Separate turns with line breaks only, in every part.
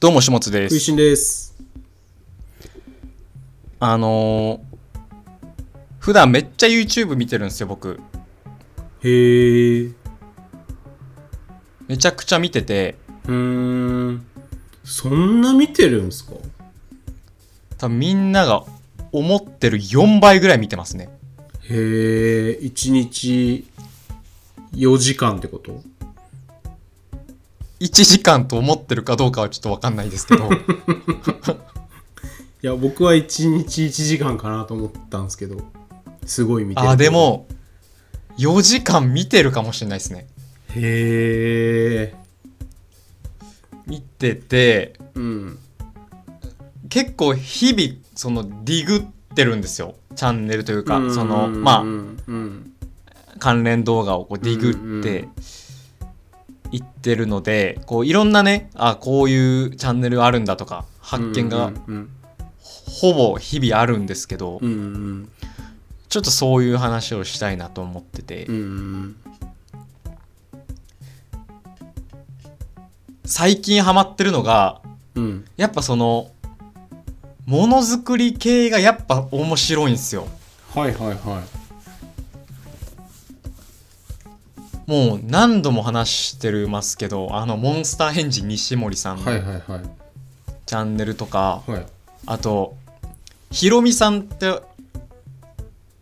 どうも、しもつで
食い
す。
しんです。
あのー普段めっちゃ YouTube 見てるんですよ、僕。
へー。
めちゃくちゃ見てて、
うーん。そんな見てるんすか
多分みんなが思ってる4倍ぐらい見てますね。
へー。1日4時間ってこと
1時間と思ってるかどうかはちょっとわかんないです けど、
いや、僕は1日1時間かなと思ったんですけど、すごい見てる。
あ、で。も、4時間見てるかもしれないですね。
へー。
見てて、
うん。
結構日々、その、ディグってるんですよ。チャンネルというか、その、
うん
まあ
う、んうん
関連動画をこうディグっていってるのでこういろんなねあこういうチャンネルあるんだとか発見が
うん
ほぼ日々あるんですけど
うんうん
ちょっとそういう話をしたいなと思ってて
うんうん
最近ハマってるのが
うん
やっぱそのものづくり系がやっぱ面白いんですよ。
はいはいは
もう何度も話してるますけどあのモンスターエンジン西森さん
い
の
はいはいはい
チャンネルとか、
はい
あと、ひろみさんって、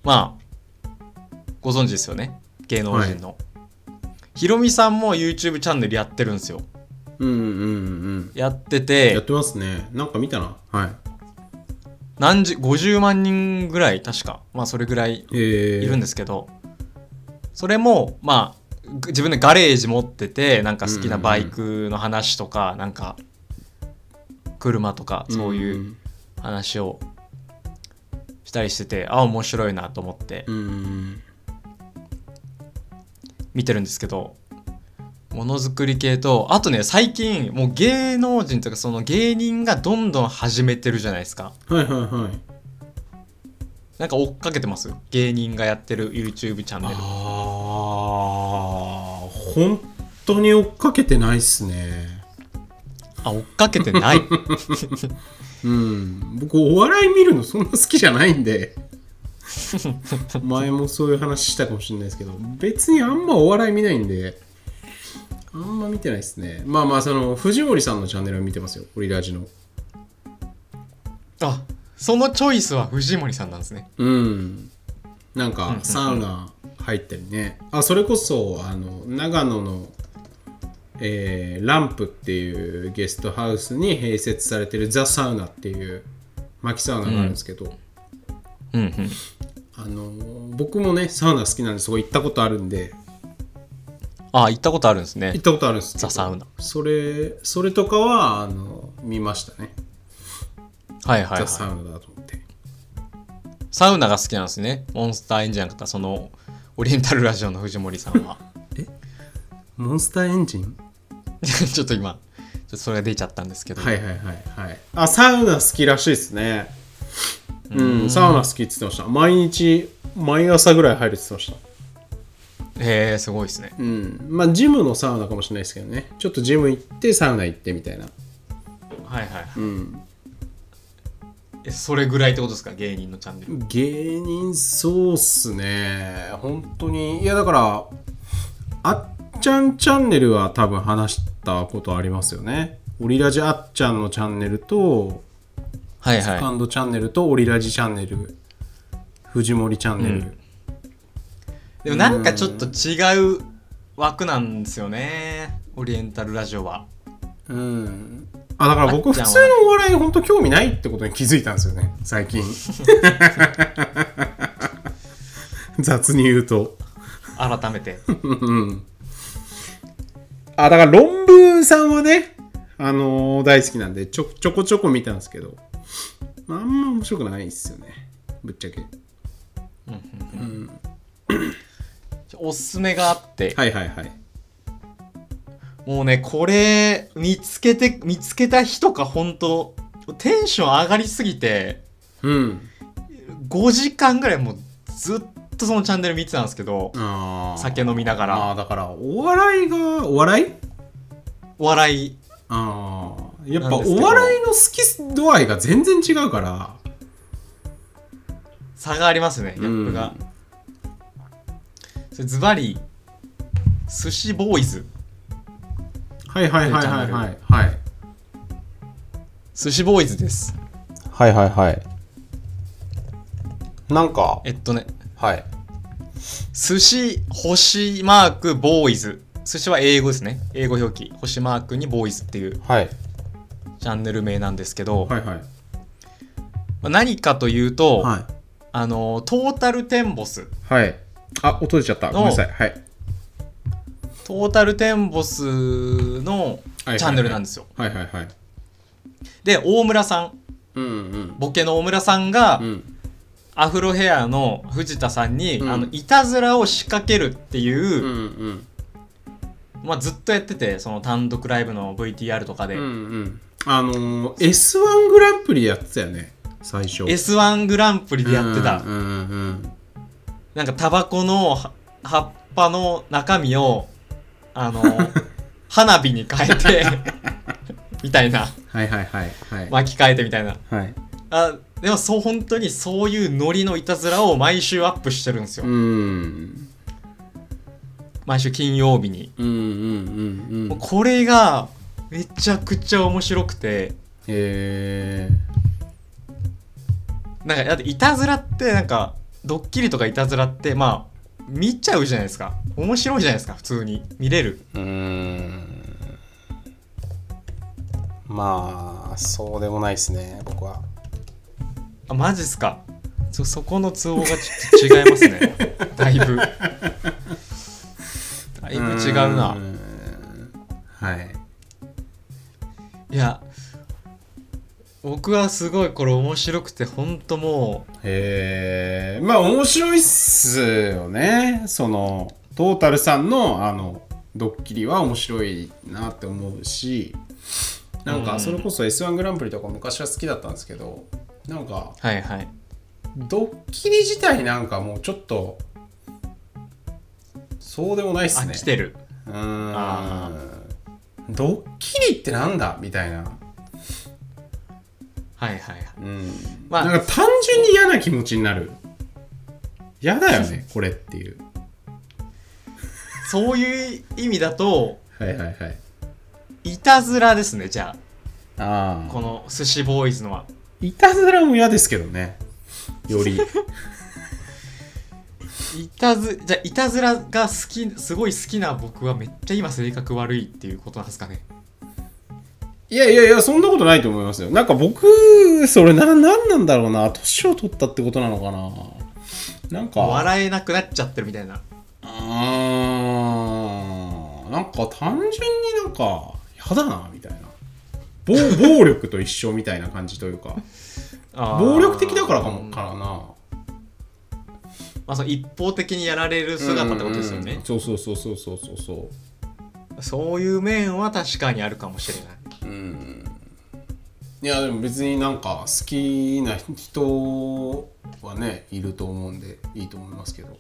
まあ、ご存知ですよね。芸能人の。ひろみさんも YouTube チャンネルやってるんですよ。
うんうんうん
やって、
うんやっててますねなんか見たなはい
何十、50万人ぐらい、確か。まあ、それぐらい
え
いるんですけど、それも、まあ、ぐ自分でガレージ持ってて、なんか好きなバイクの話とか、なんか、車とか、そういう話をしたりしてて、あ、面白いなと思って
うんうん
見てるんですけどものづくり系とあとね最近もう芸能人とかその芸人がどんどん始めてるじゃないですか
はいはいはい
なんか追っかけてます芸人がやってる YouTube チャンネル
あー本当に追っかけてないっすね
あ追っかけてない
うん僕お笑い見るのそんな好きじゃないん で前もそういう話したかもしれないですけど別にあんまお笑い見ないんであんま見てないですねまあまあその藤森さんのチャンネルは見てますよオリラジの
あそのチョイスは藤森さんなんですね
うんな
うんう
ん
ん
か
うん
サウナ入ったりねあそれこそあの長野のえーランプっていうゲストハウスに併設されてるザ・サウナっていう薪サウナがあるんですけど、
うんうん
あの僕もねサウナ好きなんでそこ行ったことあるんで
あ行ったことあるんですね
行ったことあるんですけど
ザサウナ
それそれとかはあの見ましたね、
はいはい、は
ザサ
い、
ウナだと思って
サウナが好きなんですねモンスターエンジンじゃなかったそのオリエンタルラジオの藤森さんは
モンスターエンジン
ちょっと今ちょっとそれが出ちゃったんですけど、
はいはいはいはいあサウナ好きらしいですねうんサウナ好きって言ってました毎日毎朝ぐらい入るって言ってました
へえすごいですね
うんまあジムのサウナかもしれないですけどねちょっとジム行ってサウナ行ってみたいな
はいはいはい
うん
えそれぐらいってことですか芸人のチャンネル
芸人そうっすね本当にいやだからあっちゃんチャンネルは多分話したことありますよねオリラジあっちゃんのチャンネルと
はいはい
ハンドチャンネルとオリラジチャンネル藤森チャンネル、
うんでもなんかちょっと違う枠なんですよねオリエンタルラジオは
うんあだから
あ
僕
っち
普
ゃんは
通のお笑い本当興味ないってことに気づいたんですよね最近 雑に言うと
改めて
うんあだから論文さんはねあのー大好きなんでちょちょこちょこ見たんですけどまああんま面白くないっすよねぶっちゃけ
おすすめがあって、
はいはいはい
もうねこれ見つけて見つけた日とか本当テンション上がりすぎて
うん
5時間ぐらいもうずっとそのチャンネル見てたんですけど
あー
酒飲みなが
あ
ら
ーだからお笑いがお笑い
お笑い
ああやっぱ
なんです
お
けど
笑いの好き度合いが全然違うから
差がありますねギャップが、それズバリ寿司ボーイズ
はいはいはいはいはいはい
寿司ボーイズです
はいはいはいなんか
えっとね
はい
寿司星マークボーイズ寿司は英語ですね英語表記星マークにボーイズっていう
はい
チャンネル名なんですけど、
はいはい
まあ何かというと、
はい
あのトータルテンボス
はいあ音出ちゃったごめんなさいはい
トータルテンボスのチ
はい
ャンネルなんですよ、
はいはいはい
で大村さん
うんうん
ボケの大村さんが、
うん
アフロヘアの藤田さんに、
うん
あのいたずらを仕掛けるっていう
う、ん
まあ、ずっとやっててその単独ライブの VTR とかで、
うんうんあのー、S1 グランプリやってたよね最初
S1 グランプリでやってた、
うんうんうん
なんかタバコのは葉っぱの中身をあ の花火に変えてみたいな
はいはいはいはい、
巻き替えてみたいな
はい
あでもそう本当にそういうノリのいたずらを毎週アップしてるんですよ、
うん
毎週金曜日に、
うんうんうんう
もうんこれがめちゃくちゃ面白くて
へえ
なんかだっていたずらってなんかドッキリとかいたずらってまあ見ちゃうじゃないですか面白いじゃないですか普通に見れる
うーんまあそうでもないですね僕は
あマジっすかそそこの都合がちょっと違いますね だいぶだいぶ違うな
ーんはい
いや僕はすごいこれ面白くて本当もう
えー、まあ面白いっすよねそのトータルさんのあのドッキリは面白いなって思うしなん
う
か
ん
それこそ S1 グランプリとか昔は好きだったんですけどなんか
はいはい
ドッキリ自体なんかもうちょっとそうでもないっす
飽
ね
きてる
うーん
あ
ドッキリってなんだみたい
は
な、
いはいはい
うん
まあ
なんか単純に嫌な気持ちになる嫌だよねこれっていう
そういう意味だと
はいはいはい
いたずらですねじゃ
あ
あ
あ
この寿司ボーイズのはい
たずらも嫌ですけどねよ り
いたずじゃあいたずらが好きすごい好きな僕はめっちゃ今性格悪いっていうことなんですかね
いやいやいやそんなことないと思いますよなんか僕それな何なんだろうな年を取ったってことなのかななんか
笑えなくなっちゃってるみたいな
うーんなんか単純になんか嫌だなみたいな暴暴力と一緒みたいな感じというか
あー
暴力的だからかも
うん
からな
まあ、その一方的にやられる姿ってことですよね、
うんうんそうそうそうそうそうそうそ
そういう面は確かにあるかもしれないう
うんいやでも別になんか好きな人はねいると思うんでいいと思いますけど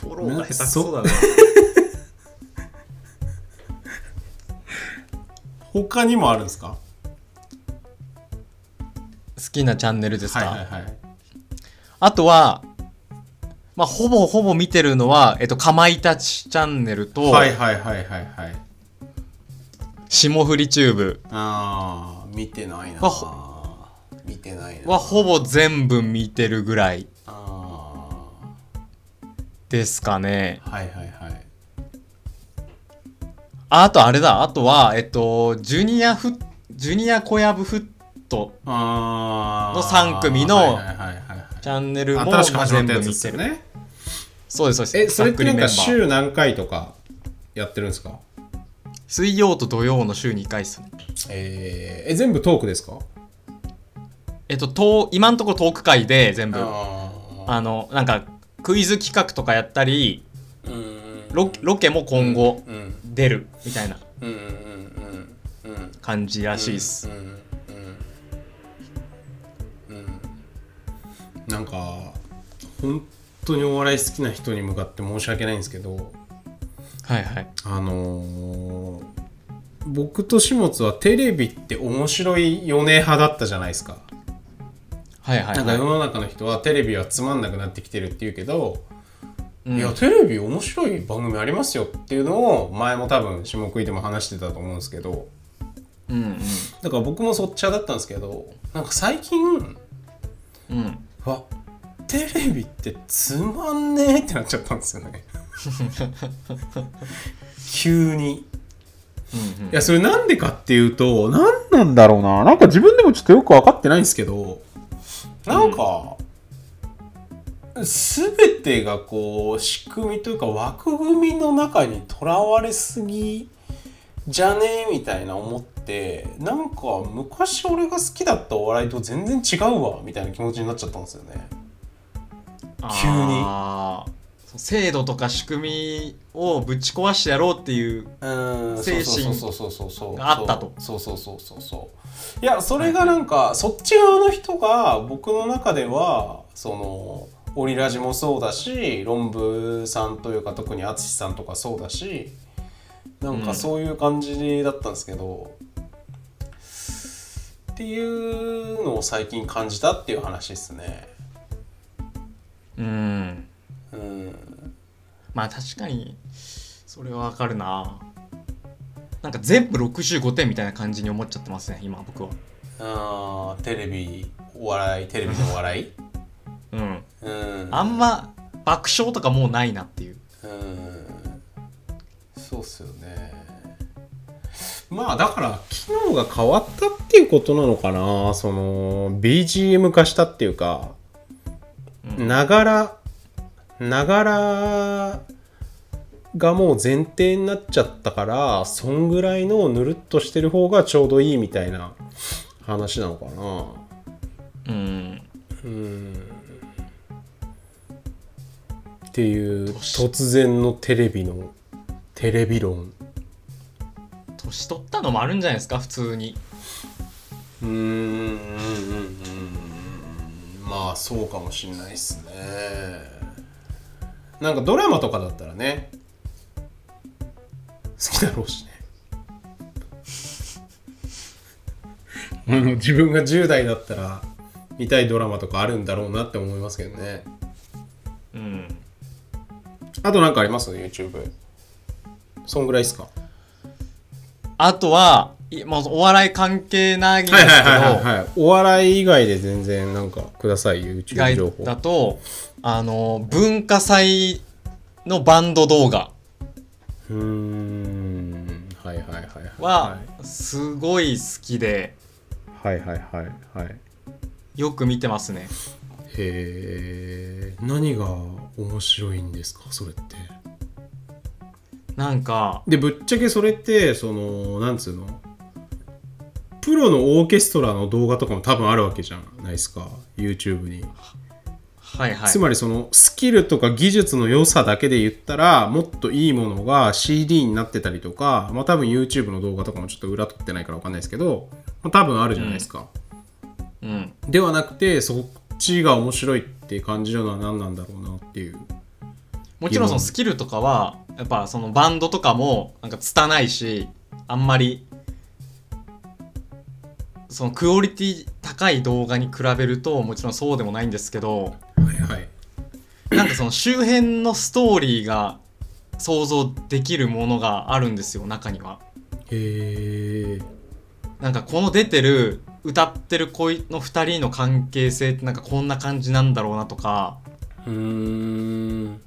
フォローが下手くそだな
他にもあるんですか
好きなチャンネルですか、
はいはいはい
あとはまあほぼほぼ見てるのは、えっと、かまいたちチャンネルと、
はいはいはいはいはい
霜降りチューブ
あー見てないな
わ
見てないな
はほぼ全部見てるぐらい
あ
ですかね
あはいはいはい
ああとあれだあとはえっとジュニアフッジュニア小籔フット
あー
の三組の
はいはいはいはい
チャンネルも
新しく始ま
全
った
部
やつで
見
す
て
よ
る、
ね
そうですそうです
えそれってなん
ざ
か
くりメンバー
週何回とかやってるんですか
水曜と土曜の週2回ですね
えー、え全部トークですか
えっとと今のところトーク会で全部あ
あ
のなんかクイズ企画とかやったり
ーうん
ロロケも今後
うん
出るみたいな
うんうんうんうん
感じらしいです、
うんうんうんなんか本当にお笑い好きな人に向かって申し訳ないんですけど
はいはい
あのー僕と始末はテレビって面白いよね派だったじゃないですか。
はいはい
なん
は
か
い
世の中の人はテレビはつまんなくなってきてるって言うけど、
うん
いやテレビ面白い番組ありますよっていうのを前も多分下食いでも話してたと思うんですけど
うん
だから僕もそっち派だったんですけどなんか最近
うんうん
うわテレビってつまんねえってなっちゃったんです よね急に
うん
いやそれなんでかっていうと何なんだろうななんか自分でもちょっとよく分かってないんですけどなんか、全てがこう仕組みというか枠組みの中にとらわれすぎじゃねえみたいな思ってなんか昔俺が好きだったお笑いと全然違うわみたいな気持ちになっちゃったんですよね。急に
あーそう制度とか仕組みをぶち壊してやろうっていう
うん
精神
そうそうそうそうそう
があったと
そうそうそうそうそういやそれがなんかそっち側の人が僕の中ではそのオリラジもそうだし論文さんというか特に淳さんとかそうだしなん
う
か
ん
そういう感じだったんですけど、っていうのを最近感じたっていう話ですね
うん
うん
まあ確かにそれはわかるななんか全部65点みたいな感じに思っちゃってますね今僕は
あーテレビお笑いテレビのお笑い
うん
うん
あんま爆笑とかもうないなっていう
うんそうっすよねまあだから機能が変わったっていうことなのかなその BGM 化したっていうか
うん
ながらながらがもう前提になっちゃったからそんぐらいのぬるっとしてる方がちょうどいいみたいな話なのかな
うん
うんっていう突然のテレビのテレビ論
年取ったのもあるんじゃないですか普通に
うんうんうんまあそうかもしんないっすねなんかドラマとかだったらね好きだろう しね俺も自分が10代だったら見たいドラマとかあるんだろうなって思いますけどね
うん
あとなんかあります YouTube そんぐらいっすか
あとはいもうお笑い関係ないんですけど、
はいお笑い以外で全然なんかください YouTube 情
外
報
だとあの文化祭のバンド動画
うーんはいはいはい
はすごい好きで
はいはいはいはいはい
よく見てますね
へえ何が面白いんですかそれって
なんか
でぶっちゃけそれってそのなんつうのプロのオーケストラの動画とかも多分あるわけじゃないですか YouTube に
はいはい
つまりそのスキルとか技術の良さだけで言ったらもっといいものが CD になってたりとか、まあ、多分 YouTube の動画とかもちょっと裏取ってないから分かんないですけど、まあ、多分あるじゃないですか、
うん
ではなくてそっちが面白いって感じるのは何なんだろうなっていう
もちろんそのスキルとかはやっぱそのバンドとかもなんか拙いしあんまりそのクオリティ高い動画に比べるともちろんそうでもないんですけど
はいはい
なんかその周辺のストーリーが想像できるものがあるんですよ中には。
へえ
なんかこの出てる歌ってる恋の2人の関係性ってなんかこんな感じなんだろうなとか
うーん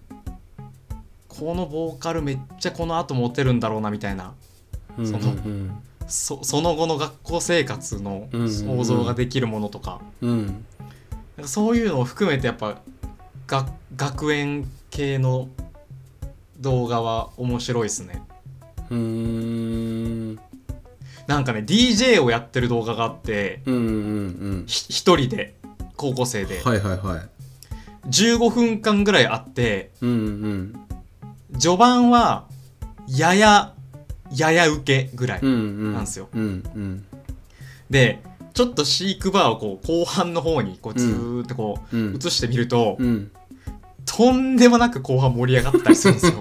このボーカルめっちゃこの後モテるんだろうなみたいなその
うん
そその後の学校生活の
うんうんうん
想像ができるものとか,、
うん
なんかそういうのを含めてやっぱ学学園系の動画は面白いですね
うーん
なんかね DJ をやってる動画があって
うんうんうん
ひ一人で高校生で
はいはいはい
15分間ぐらいあって
うんうん
序盤はやややや受けぐらい、
うんうん
なんすよ
うんうん
でちょっと飼育バーをこう後半の方にこうずーっとこ
う
うん移してみると、
うん
とんでもなく後半盛り上がったりするんです よ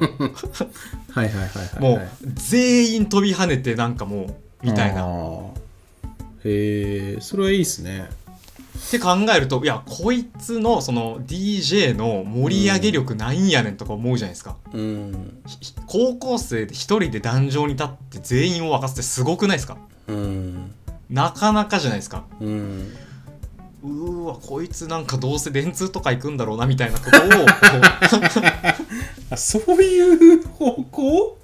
はいはいはいはい、
もう全員飛び跳ねてなんかもうみたい
あ
な
ーへえそれはいいですね
って考えるといやこいつのその DJ の盛り上げ力なんやねんとか思うじゃないですか、
うん
ひ高校生で一人で壇上に立って全員を沸かすってすごくないですか
うん
なかなかじゃないですか
うん
うーわこいつなんかどうせ電通とか行くんだろうなみたいなこと をこ
あそういう方向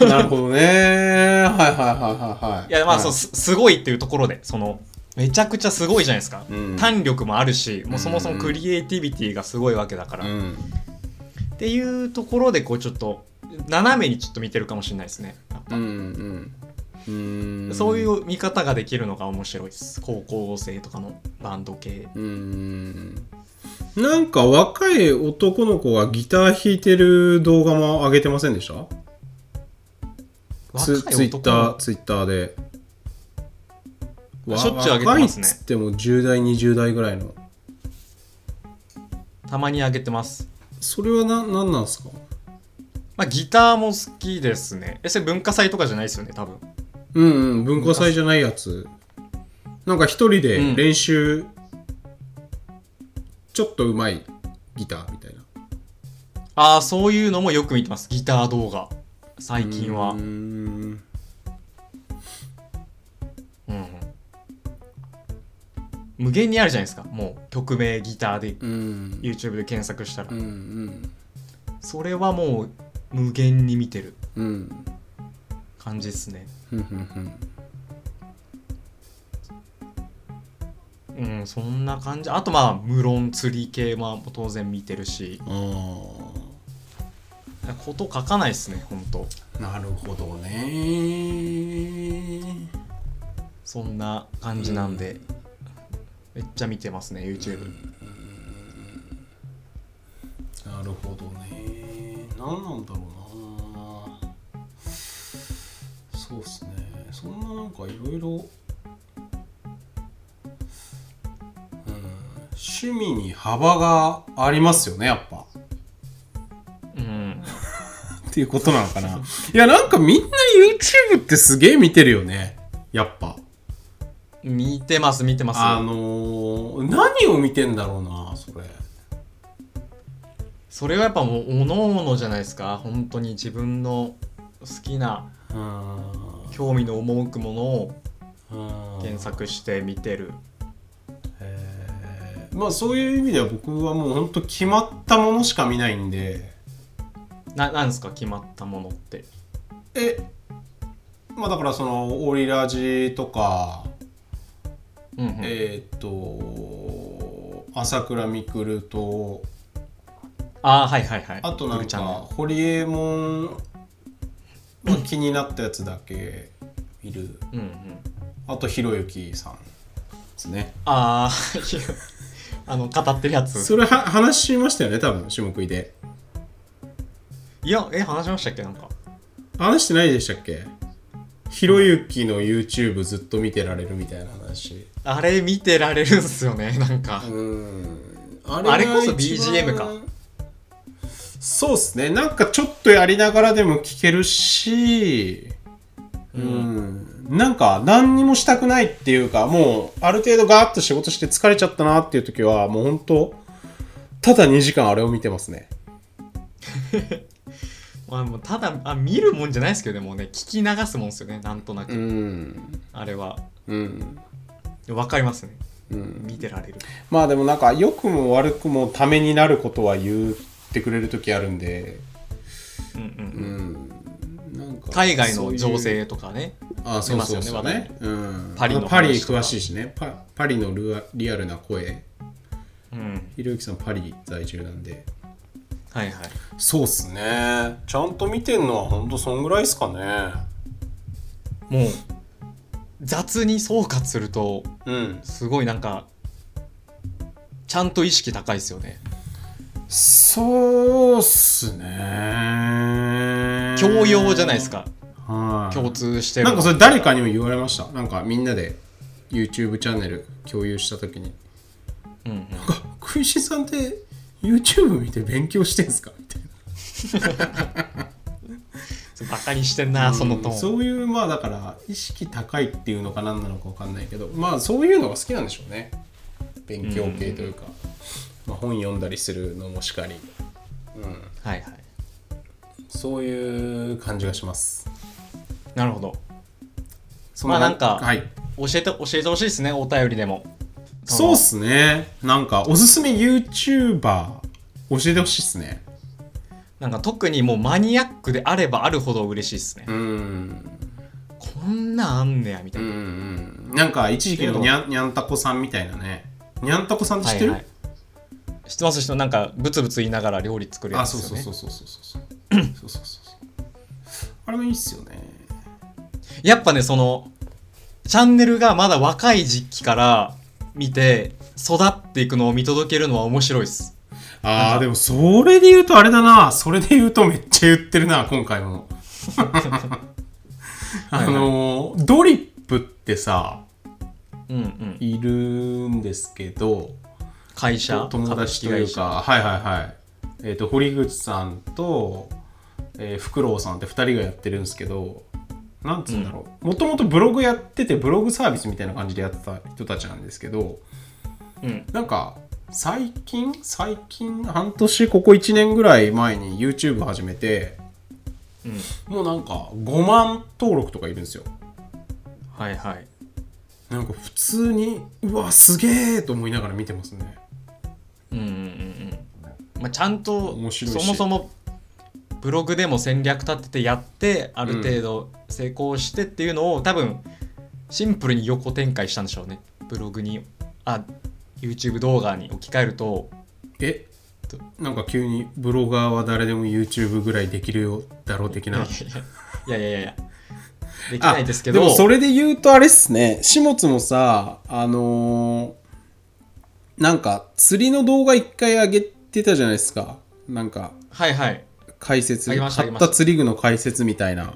なるほどねはいはいはいはいは
う
い
いやまあそう
う
すすごいっていうところでそのめちゃくちゃすごいじゃないですか、
うん
弾力もあるしもうそもそ
うん
もクリエイティビティがすごいわけだから、
う
っ
ん
ていうところでこうちょっと斜めにちょっと見てるかもしれないですねやっぱ
うんうんうん
そういう見方ができるのが面白いです高校生とかのバンド系
うんなんか若い男の子がギター弾いてる動画も上げてませんでした
若い
ツ
男
ツイッター
の
ツイッターでわ
しょっちゅう上げてますね
若いっつっても10代20代ぐらいの
たまに上げてます
それはな何なんですか
まあギターも好きですねえそれ文化祭とかじゃないですよね多分
うんうん文化祭じゃないやつなんか一人で練習、ちょっとうまいギターみたいな
ああそういうのもよく見てますギター動画最近は
うー
う
ん
んうん無限にあるじゃないですかもう曲名ギターで
うん
YouTube で検索したら、
うん
それはもう無限に見てる
うんうん
感じですね
うんうん
うんそんな感じあとまあ無論釣り系は当然見てるし
あ
こと書かないですねほんと
ーなるほどね
そんな感じなんで、めっちゃ見てますね YouTube、
なるほどね何なんだろうなそうっすねそんななんかいろいろ趣味に幅がありますよねやっぱ
うん
っていうことなのかないやなんかみんな YouTube ってすげえ見てるよねやっぱ
見てます見てます
あのー、何を見てんだろうなそれ
それはやっぱもうおのおのじゃないですか本当に自分の好きな
うー
興味の赴くものを
ん
検索して見てる
まあそういう意味では僕はもうほんと決まったものしか見ないんで
ななんですか決まったものって
えまあだからそのオリラジとか、
うんうん、
えーっと朝倉未来と
ああはいはいはい
あとな
グ
ん
ルチ
か
ャンネル
堀エモ門は気になったやつだけ見る
うんうん
あとひろゆきさんですね
ああ あの語ってるやつ
それは話しましたよね多分種目で
いやえ話しましたっけなんか
話してないでしたっけひろゆきの YouTube ずっと見てられるみたいな話
あれ見てられるんすよねなんか
うんあ
れこそ
が一番
BGM か
そうっすねなんかちょっとやりながらでも聞けるしうん、なんか何にもしたくないっていうかもうある程度ガーッと仕事して疲れちゃったなっていう時はもうほんとただ2時間あれを見てますね
まあ、もうただあ見るもんじゃないですけどねもうね聞き流すもんですよねなんとなく、
ん
あれは
うん
わかりますね
うん
見てられる
まあでもなんか良くも悪くもためになることは言ってくれる時あるんで
うんうんうん
うんなんか
海外の
そうい
情
う
勢とかね
あ
出ますよね
そうそうそうね、うん、
パリの話とか
パリ詳しいしねパパリのルアリアルな声
うん
ひろゆきさんパリ在住なんで
はいはい
そうっすねちゃんと見てんのはほんとそんぐらいっすかね
もう雑に総括すると
うん
すごいなんかちゃんと意識高いですよね
そうっすね
教養じゃないですか
はい
共通してる
なんかそれ誰かにも言われましたなんかみんなで YouTube チャンネル共有した時に
うんうん
「クイシさんって YouTube 見て勉強してんすかみたいな
バカにしてんな、そのト
うん
ーン
そういうまあだから意識高いっていうのか何なのか分かんないけどまあそういうのが好きなんでしょうね勉強系というか、まあ、本読んだりするのもしかり、うん、
はいはい
そういう感じがします
なるほど
そ
まあなんか
はい
教えて教えてほしいですねお便りでも
そうっすねなんかおすすめ YouTuber 教えてほしいっすね
なんか特にもうマニアックであればあるほど嬉しいですね、
うん
こんなんあんねやみた
う
いな、
んうんなんか一時期のにゃんにゃんたこさんみたいなねにゃんたこさんって知ってる、
はいはい、知ってます人なんかブツブツ言いながら料理作るや
あ
つ
そう
ですよ
そう
ね
そうそうそうそうそうそうそうそうあれもいいっすよね
やっぱねそのチャンネルがまだ若い時期から見て育っていくのを見届けるのは面白いです
あーでもそれで言うとあれだなそれで言うとめっちゃ言ってるな今回 もあのードリップってさ
うんうん
いるんですけど
会社
友達というかはいはいはいえっ、と堀口さんと、えー、フクロウさんって2人がやってるんですけどなんつうんだろうもともとブログやっててブログサービスみたいな感じでやってた人たちなんですけど
株式会社うん
なんか最近最近半年ここ1年ぐらい前に YouTube 始めて
うん
もうなんか5万登録とかいるんですよ
はいはい
なんか普通にうわすげえと思いながら見てますね
うんうんうんうんまあちゃんと
面白いし
そもそもブログでも戦略立ててやってある程度成功してっていうのを、多分シンプルに横展開したんでしょうねブログにあ YouTube 動画に置き換えると
えなんか急にブロガーは誰でも YouTube ぐらいできるよだろう 的ない
やいやいやいやできないですけど
あもそれで言うとあれっすね始末もさあのーなんか釣りの動画一回上げてたじゃないですかなんか
はいはい
解説
あげました
買った釣り具の解説みたいな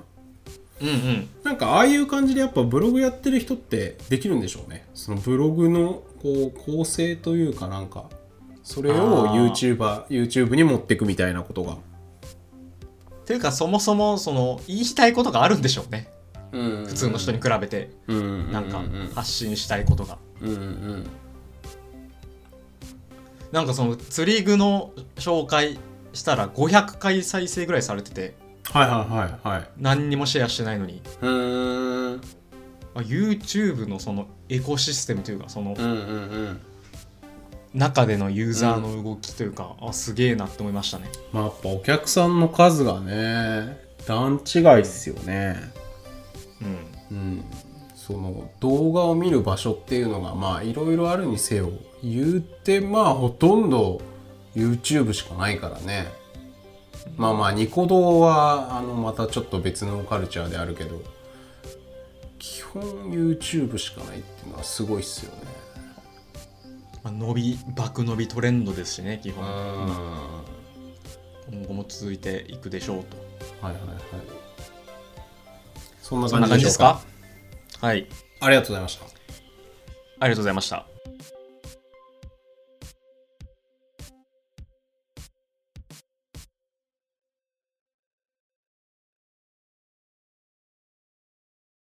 うんうん
なんかああいう感じでやっぱブログやってる人ってできるんでしょうねそのブログのこう構成というかなんかそれを
あ
YouTuber YouTube に持っていくみたいなことが
というかそもそもその言いたいことがあるんでしょうね
普
普通の人に比べてなんか発信したいことが
うんうん
なんかその釣り具の紹介したら500回再生ぐらいされてて
はいはいはいはい
何にもシェアしてないのに
うん
あ YouTube のそのエコシステムというかその
うんうん
中でのユーザーの動きというか、あすげえなって思いましたね
まあやっぱお客さんの数がね段違いっすよね
うん
うんその動画を見る場所っていうのがまあいろいろあるにせよ言うてまあほとんど YouTube しかないからねまあまあニコ動はあのまたちょっと別のカルチャーであるけど基本 YouTube しかないっていうのはすごいっすよね
まあ伸び爆伸びトレンドですしね基本
は
今後も続いていくでしょうと
いはいはいそんな
そんな感じですかはい
ありがとうございました
ありがとうございました